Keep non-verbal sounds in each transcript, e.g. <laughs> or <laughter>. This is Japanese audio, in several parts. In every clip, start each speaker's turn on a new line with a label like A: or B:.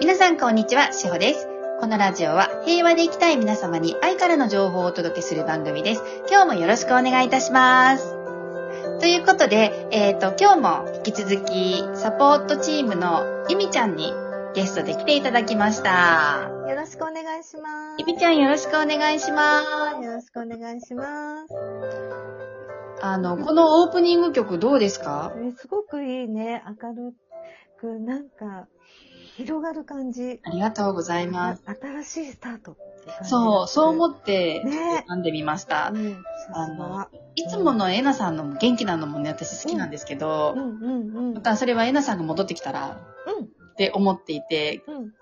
A: 皆さんこんにちは、しほです。このラジオは平和で生きたい皆様に愛からの情報をお届けする番組です。今日もよろしくお願いいたします。ということで、えっ、と、今日も引き続きサポートチームのゆみちゃんにゲストで来ていただきました。
B: よろしくお願いします。
A: ゆみちゃんよろしくお願いします。
B: よろしくお願いします。
A: あの、このオープニング曲どうですか
B: えすごくいいね。明るく、なんか、広がる感じ。
A: ありがとうございます。
B: 新しいスタートって感じ。
A: そう、そう思
B: っ
A: って、
B: ね
A: 選んでみました
B: た。うん、
A: あ
B: あ
A: の
B: の、
A: いつものえなさんのも元気なのもね、私好きなんですけど、
B: うんうんうん。
A: またそれはえなさんが戻ってきたらって思っていて、
B: うんうん。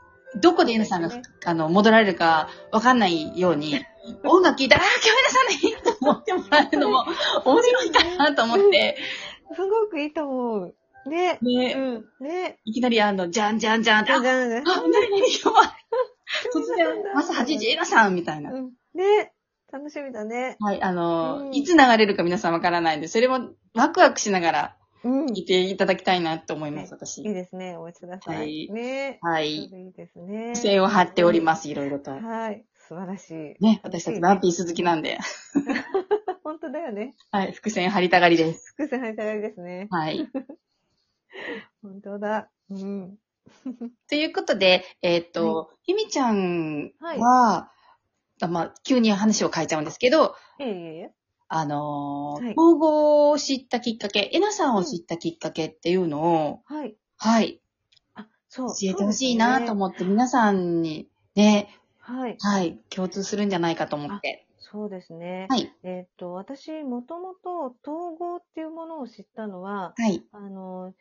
A: どこでえなさんが、
B: そうで
A: あの戻られるかわかんないよう
B: <laughs>
A: に、音楽聴いたら、あー、今日えなさんでいいと思ってもらえるの
B: <laughs>
A: も面白いかなと思って、
B: すごくいいと思う。ね。
A: ね
B: うん。ね。
A: いきなりあの、じゃんじゃんじゃんって、
B: じ
A: あ、
B: ゃ
A: あ
B: じゃん。
A: 何何今日は突
B: <laughs>
A: 然、朝8時えなさんみたいな
B: う。ん。ね。楽しみだね。
A: はい、あの、
B: うん
A: いつ流れるか皆さんわからないんで、それもワクワクしながら
B: うん。
A: 聞い
B: い
A: ていただきたいなと思います、
B: い
A: 私。
B: ですね。お待ちくださ
A: はいい。
B: ね。
A: はい。
B: いいですね。
A: 付箋を貼っております、いろいろと。
B: はい。素晴らしい。
A: ね、私たちワンピース好きなんで。
B: 本当だよね。
A: はい、伏線貼りたがり
B: <laughs>
A: です。
B: 伏線入ったらいいですね。
A: はい。
B: 本当だ。うん。
A: ということで、えーっと、ゆみちゃんは、あまあ、急に話を変えちゃうんですけど、
B: いえいえいえ。
A: あのー
B: はい
A: 統合を知ったきっかけ、えなさんを知ったきっかけっていうのを、
B: はい。
A: はい、
B: あ、そう。
A: 教えてほしいなと
B: っ
A: 思って、皆さんにね、
B: て。はい。
A: はい、共通するんじゃないかと思って。
B: そうですね。
A: はい、
B: えーっと、私、もともと統合っていうものを知ったのは、
A: はい、
B: あの、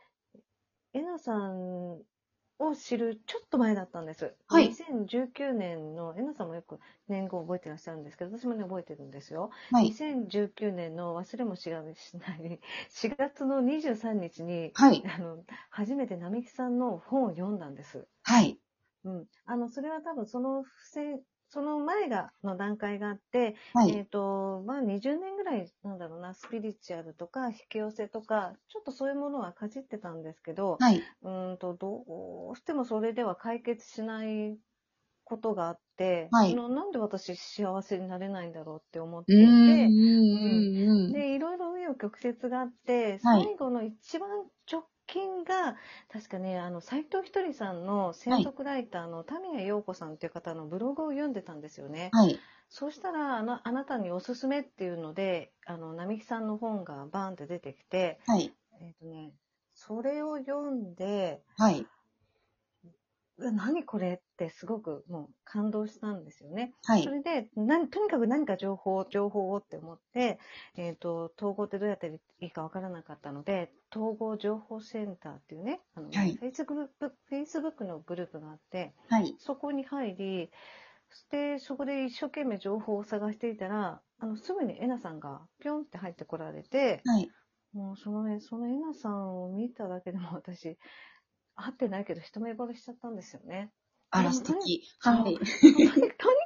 B: えなさんを知るちょっと前だったんです。
A: はい
B: 2019年の、えなさんもよく年号覚えてらっしゃるんですけど、私もね、覚えてるんですよ。
A: はい、
B: 2019年の忘れもしがみしない <laughs> 4月の23日に、
A: はい、
B: あの、初めて並木さんの本を読んだんです。
A: はい、
B: うん。あの、それは多分その不正、その前が、の段階があって、
A: は
B: え
A: い、
B: っ、と、まあ20年ぐらい、なんだろうな、スピリチュアルとか、引き寄せとか、ちょっとそういうものはかじってたんですけど、
A: はい、
B: うーんと、どうしてもそれでは解決しないことがあって、
A: はい
B: あのなんで私幸せになれないんだろうって思って
A: う
B: い
A: ー
B: て、
A: ん、うん、うん、
B: で、いろいろ紆余曲折があって、
A: はい
B: 最後の一番直近が、確かね、あの、斎藤ひとりさんの専属ライターの田宮陽子さんっていう方のブログを読んでたんですよね。
A: はい、
B: そうしたら、あの、あなたにおすすめっていうので、あの、並木さんの本がバーンって出てきて、
A: はい、
B: えっ、とね、それを読んで、
A: はい、
B: うわ何これってすごくもう感動したんですよね。
A: は
B: そ
A: い、
B: れで、なんとにかく何か情報を、情報をって思って、えっ、と、統合ってどうやっていいかわからなかったので、統合情報センターっていうね、あの、
A: はい
B: フェイスグループ、フェイスブックのグループがあって、
A: はい、
B: そこに入り、そして、そこで一生懸命情報を探していたら、あの、すぐにエナさんがピョンって入ってこられて、
A: はい、
B: もうそのね、そのエナさんを見ただけでも私、会ってないけど一目惚れしちゃったんですよね。
A: あら、
B: うん
A: 素敵。
B: うん
A: はい。
B: とに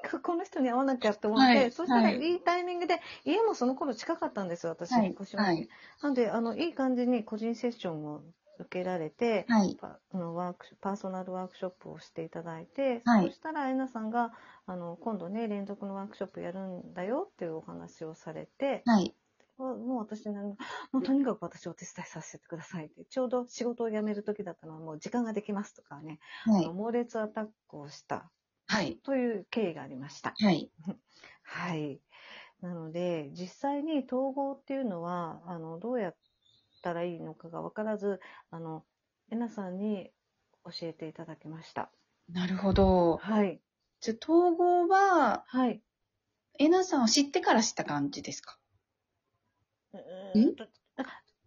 B: かくこの人に会わなきゃって思って、
A: はい
B: そしたら
A: はい
B: いいタイミングで、家もその頃近かったんですよ、私、
A: はい
B: 福島に
A: はい。
B: なんで、あの、いい感じに個人セッションを受けられて、
A: はい。
B: パあのワークショパーソナルワークショップをしていただいて、
A: はい
B: そしたら、えなさんが、あの、今度ね、連続のワークショップやるんだよっていうお話をされて、
A: はい。
B: もうもう私何も、もうとにかく私お手伝いさせてくださいって、ちょうど仕事を辞める時だったのは、もう時間ができますとかね、
A: は
B: あ
A: い
B: の。猛烈アタックをした
A: はい。
B: という経緯がありました。
A: はい。
B: はい。なので、実際に統合っていうのは、あの、どうやったらいいのかが分からず、あの、えなさんに教えていただきました。
A: なるほど。
B: はい。
A: じゃあ、統合は、
B: はい。
A: えなさんを知ってから知った感じですか
B: うーんとあ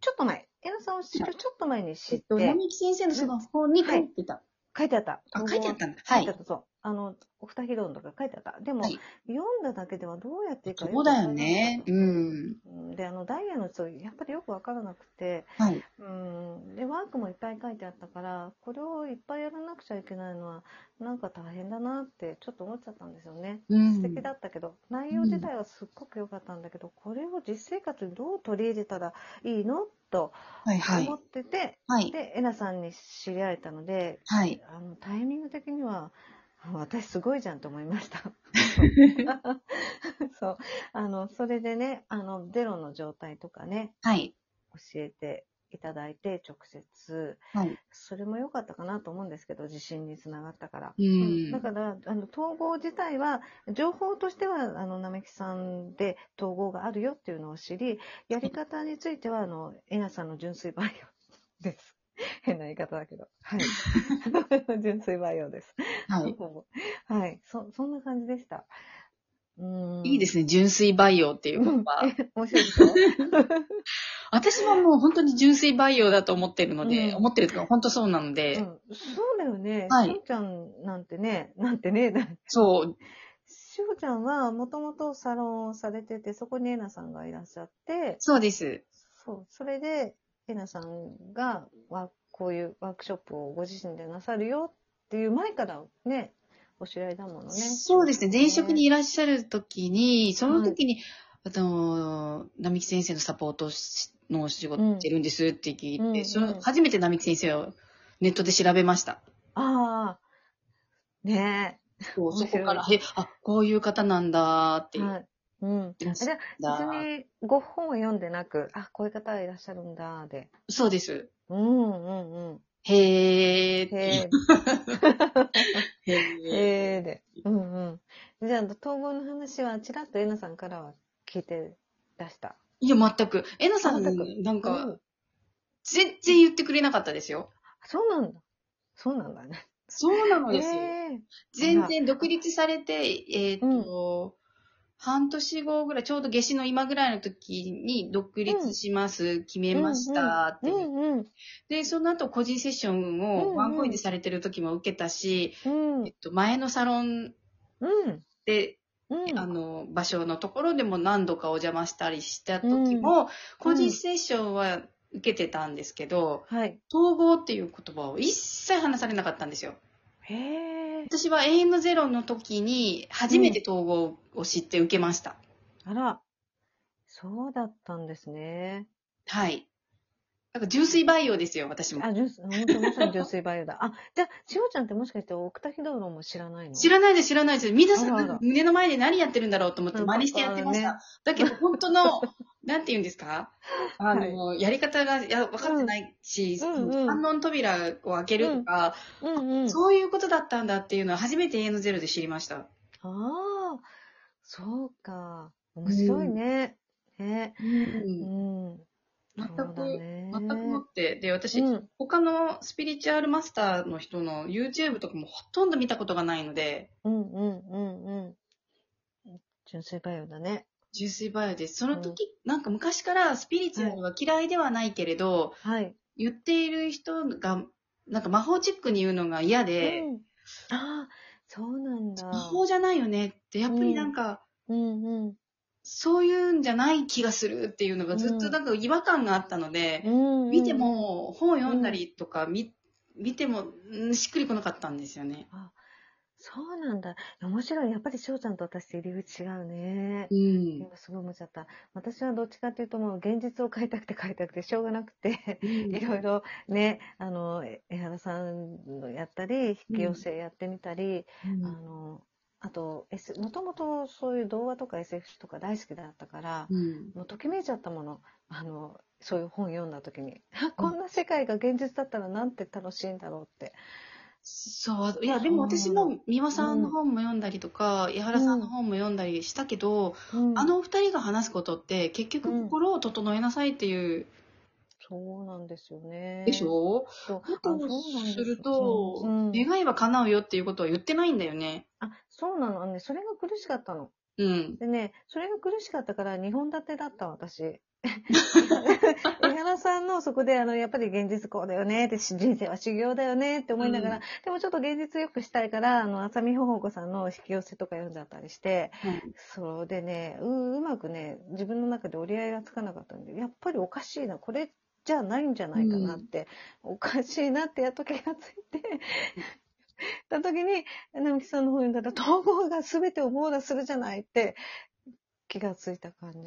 B: ちょっと前。えなさんを知るちょっと前に知
A: え
B: っ
A: っと、
B: て、
A: 並木先生のその本に書いてた。
B: 書いてあった。
A: あ、
B: 統合
A: 書いてあったんだ。は
B: 書いてあ
A: い
B: っ。た、そう。あの、お二人論とか書いてあった。でも、
A: はい
B: 読んだだけではどうやっていいか
A: そうだよね。う
B: よくわからな
A: ん。
B: かったうん。で、あの、ダイヤの人、やっぱりよくわからなくて、
A: はい。
B: うん。で、ワークもいっぱい書いてあったから、これをいっぱいやらなくちゃいけないのは、なんか大変だなって、ちょっと思っちゃったんですよね。
A: うん。
B: 素敵だったけど、内容自体はすっごく良かったんだけど、これを実生活にどう取り入れたらいいのと
A: はいはい
B: 思。ってて、
A: はい。
B: で、えなさんに知り合えたので、
A: はい。
B: あのタイミング的にはあ私すごいじゃんと思いま
A: <laughs>
B: した。そうあのそれでねあのゼロの状態とかね
A: はい。
B: 教えていただいて直接
A: はい。
B: それも良かったかなと思うんですけど自信につながったから。
A: うん
B: だからあの統合自体は情報としてはあの並木さんで統合があるよっていうのを知りやり方についてはあのえなさんの純粋培養です。 <laughs> 変な言い方だけど。はい。 <laughs> 純粋培養です。
A: はい。
B: はい。そ、そんな感じでした。うーん。
A: いいですね。純粋培養っていう言葉。
B: ね。面白いでしょ
A: 私はもう本当に純粋培養だと思ってるので、
B: うん
A: 思ってると本当そうなので、
B: うん。そうだよね。
A: はい
B: しおちゃんなんてね、なんてね、 <laughs> だ
A: そう、
B: しおちゃんはもともとサロンをされてて、そこにえなさんがいらっしゃって、
A: そうです。
B: そう、それで、えなさんが、わこういうワークショップをご自身でなさるよっていう前からね、お知り合いだものね。
A: そうですね。前職にいらっしゃる時に、その時に、あの、並木先生のサポートをしのお仕事してるんですって聞いて、
B: うん
A: そ
B: うんう
A: の
B: ん
A: 初めて並木先生をネットで調べました。
B: ああ、ね
A: そうそ
B: 面白い
A: こから、へあ、こういう方なんだって
B: え。
A: いう。
B: はい。うん。
A: いらっしゃっ
B: 別
A: た
B: にご本を読んでなく、あ、こういう方がいらっしゃるんだ、で。
A: そうです。
B: うんうんうん。
A: へーっていう。
B: へ
A: へ
B: え、
A: ー
B: へえで。うんうん。じゃあ、統合の話は、ちらっとえなさんからは聞いて出した。
A: いや、全く。えなさん
B: 全く、
A: なんか、
B: うん
A: 全然言ってくれなかったですよ。
B: そうなんだ。そうなんだね。
A: そうなのですよ。
B: へえ
A: 全然独立されて、えっ、と、半年後ぐらい、ちょうど夏至の今ぐらいの時に、独立します、決めましたって、
B: うんうん。
A: で、その後個人セッション
B: うんう
A: を
B: ん
A: ワンコインでされてる時も受けたし、
B: うん。う
A: えっと、前のサロン
B: ん。
A: で、
B: うん。
A: あの、場所のところでも何度かお邪魔したりした時も、個人セッションは受けてたんですけど、
B: はい。
A: 統合っていう言葉を一切話されなかったんですよ。
B: へえ。
A: 私は永遠のゼロの時に初めて統合を知って受けました。
B: あら。そうだったんですね。
A: はい。なんか純粋培養ですよ、私も。
B: あ、ジュース、本当まさに純粋バイオだ。あ、じゃあ、しおちゃんってもしかして、奥田秀郎も知らないの
A: 知らないです、知らないです。皆さ
B: あらあら
A: ん、胸の前で何やってるんだろうと思って、
B: うん
A: 真似してやってまし
B: あ
A: た。だけど、本当の、 <laughs> なんて言うんですかあの、やり方がいや分かってないし、
B: うんうんうん
A: 観音扉を開けるとか、
B: うんうん。
A: そういうことだったんだっていうのは初めて永遠のゼロで知りました。
B: ああ、そうか。面白いね。ね。う
A: 全
B: ん。
A: 全く
B: そうだね
A: くもって。で、私、
B: うん。
A: 他のスピリチュアルマスターの人の YouTube とかもほとんど見たことがないので、
B: うんうんうんうん。純粋バイオだね。
A: 純粋バイオです。その時、なんか昔からスピリチュアルは嫌いではないけれど、
B: はい。
A: 言っている人が、なんか魔法チックに言うのが嫌で、
B: うん、ああ、そうなんだ。
A: 魔法じゃないよねって、やっぱりなんか、
B: うんうん。
A: そういうんじゃない気がするっていうのがずっ
B: う
A: と
B: ん
A: なんか違和感があったので、
B: うんうん
A: 見ても本読んだりとか見,、見てもうんしっくりこなかったんですよね。
B: そうなんだ。面白い。やっぱり翔ちゃんと私って入り口違うね。
A: うん。
B: 今すごい思っちゃった。私はどっちかっていうともう現実を変えたくて変えたくてしょうがなくて、いろいろね、あの、え江原さんのやったり、引き寄せやってみたり、
A: うん
B: あの、あと、S、もともとそういう動画とか SF とか大好きだったから、
A: うん
B: もうときめいちゃったもの。あの、そういう本読んだ時に、あこんな世界が現実だったらなんて楽しいんだろうって。
A: そう。いや、でも私も美輪さんの本も読んだりとか、矢原さんの本も読んだりしたけど、
B: うん
A: あのお二人が話すことって結局心を整えなさいっていう、
B: そうなんですよね。
A: でしょ
B: そう
A: こ
B: あ
A: と
B: そうな
A: を
B: んです
A: す
B: よ
A: ると、
B: うんうん
A: 願いは叶うよっていうことは言ってないんだよね。
B: あ、そうなの。あのね、それが苦しかったの。
A: うん。 <laughs>
B: でね、それが苦しかったから、2本立てだった私。井原さんのそこで、あの、やっぱり現実こうだよねって、し人生は修行だよねって思いながら、
A: うん
B: でもちょっと現実よくしたいから、あの、浅見ほほこさんの引き寄せとか読んだったりして、
A: はい
B: それでねう、うまくね、自分の中で折り合いがつかなかったんで、やっぱりおかしいな、これじゃないんじゃないかなって、おかしいなってやっと気がついて、た時に、直樹さんの方にだったら、統合が全てを網羅するじゃないって気がついた感じ。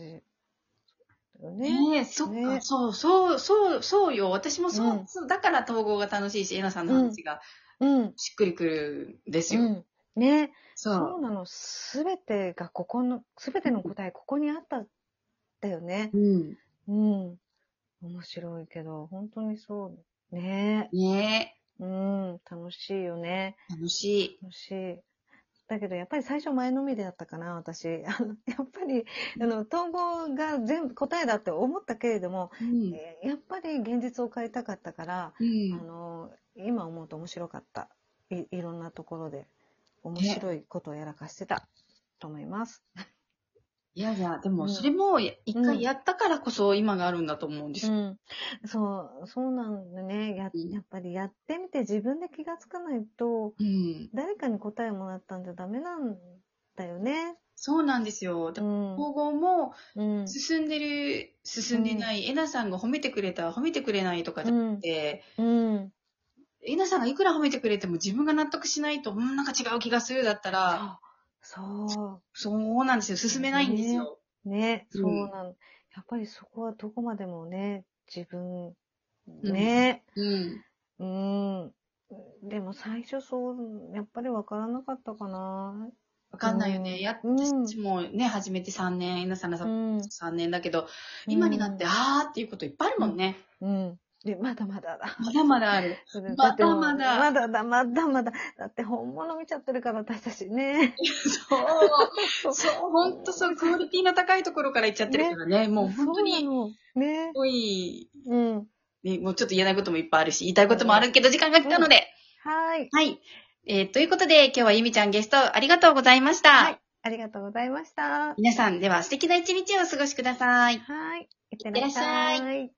B: だよね。
A: ねえ、そっか、
B: ね
A: そう、そう、そう、そうよ。私もそう、
B: うん
A: そうだから統合が楽しいし、えなさんの話が
B: うん。
A: しっくりくるんです
B: う
A: よ。
B: ん。ね。
A: そ
B: そう
A: う。
B: なの。すべてがここの、すべての答え、ここにあったんだよね。
A: うん。
B: うん。面白いけど、本当にそう。ね
A: ね
B: うん。楽しいよね。
A: え、楽しい。
B: 楽しい。だけど、やっぱり最初前のめりだったかな、私。 <laughs> あのやっぱり、あの、統合が全部答えだって思ったけれども、
A: うん。
B: えーやっぱり現実を変えたかったから、
A: う
B: あ
A: ん。
B: の、今思うと面白かった。いいろんなところで、面白いことをやらかしてたと思います。
A: いやいや、で
B: う
A: も、
B: ん
A: それも、や一
B: うん
A: 回やったからこそ今があるんだと思うんです
B: う
A: よ。
B: ん、そう、そうなんだね。や
A: うん
B: やっぱりやってみて自分で気がつかないと、
A: うん。
B: 誰かに答えもらったんじゃダメなんだよね。
A: そうなんですよ。だか
B: う
A: ら
B: ん。
A: 統合も、
B: うん。
A: 進んでる、進んでない、えなさんが褒めてくれた、褒めてくれないとかじ
B: う
A: ゃなんく。て、
B: うん。
A: えなさんがいくら褒めてくれても自分が納得しないと、うん、なんか違う気がするだったら、
B: そう。そ
A: そうなんですよ。進めないんですよ。
B: う。ね。
A: うん
B: そうなん、やっぱりそこはどこまでもね、自分、ね。
A: うん。
B: うん。でも最初そう、やっぱりわからなかったかな。
A: わかんないよね。やっ
B: うん
A: 私もね、始めて3年、皆さんなさ
B: うんん。
A: 3年だけど、今になって、あーっていうこといっぱいあるもんね。
B: うん。で、まだまだだ。
A: まだまだある。
B: それ
A: まだ
B: ってもう
A: まだ
B: まだだ、まだまだ。だって本物見ちゃってるから、私たちね。
A: そう。
B: そう
A: <laughs> そう、ほんとそう、クオリティの高いところからいっちゃってるからね、もう本当
B: そうな
A: に、
B: の。ね。
A: 多い、
B: うん。は
A: ね、もうちょっと言えないこともいっぱいあるし、言いたいこともあるけど、時間が来たので。
B: ーい。
A: はい。えーということで、今日はゆみちゃんゲストありがとうございました。
B: はいありがとうございました。は
A: 皆さん、では素敵な一日をお過ごしください。
B: ーい。いって
A: らっしゃい
B: らっしゃい。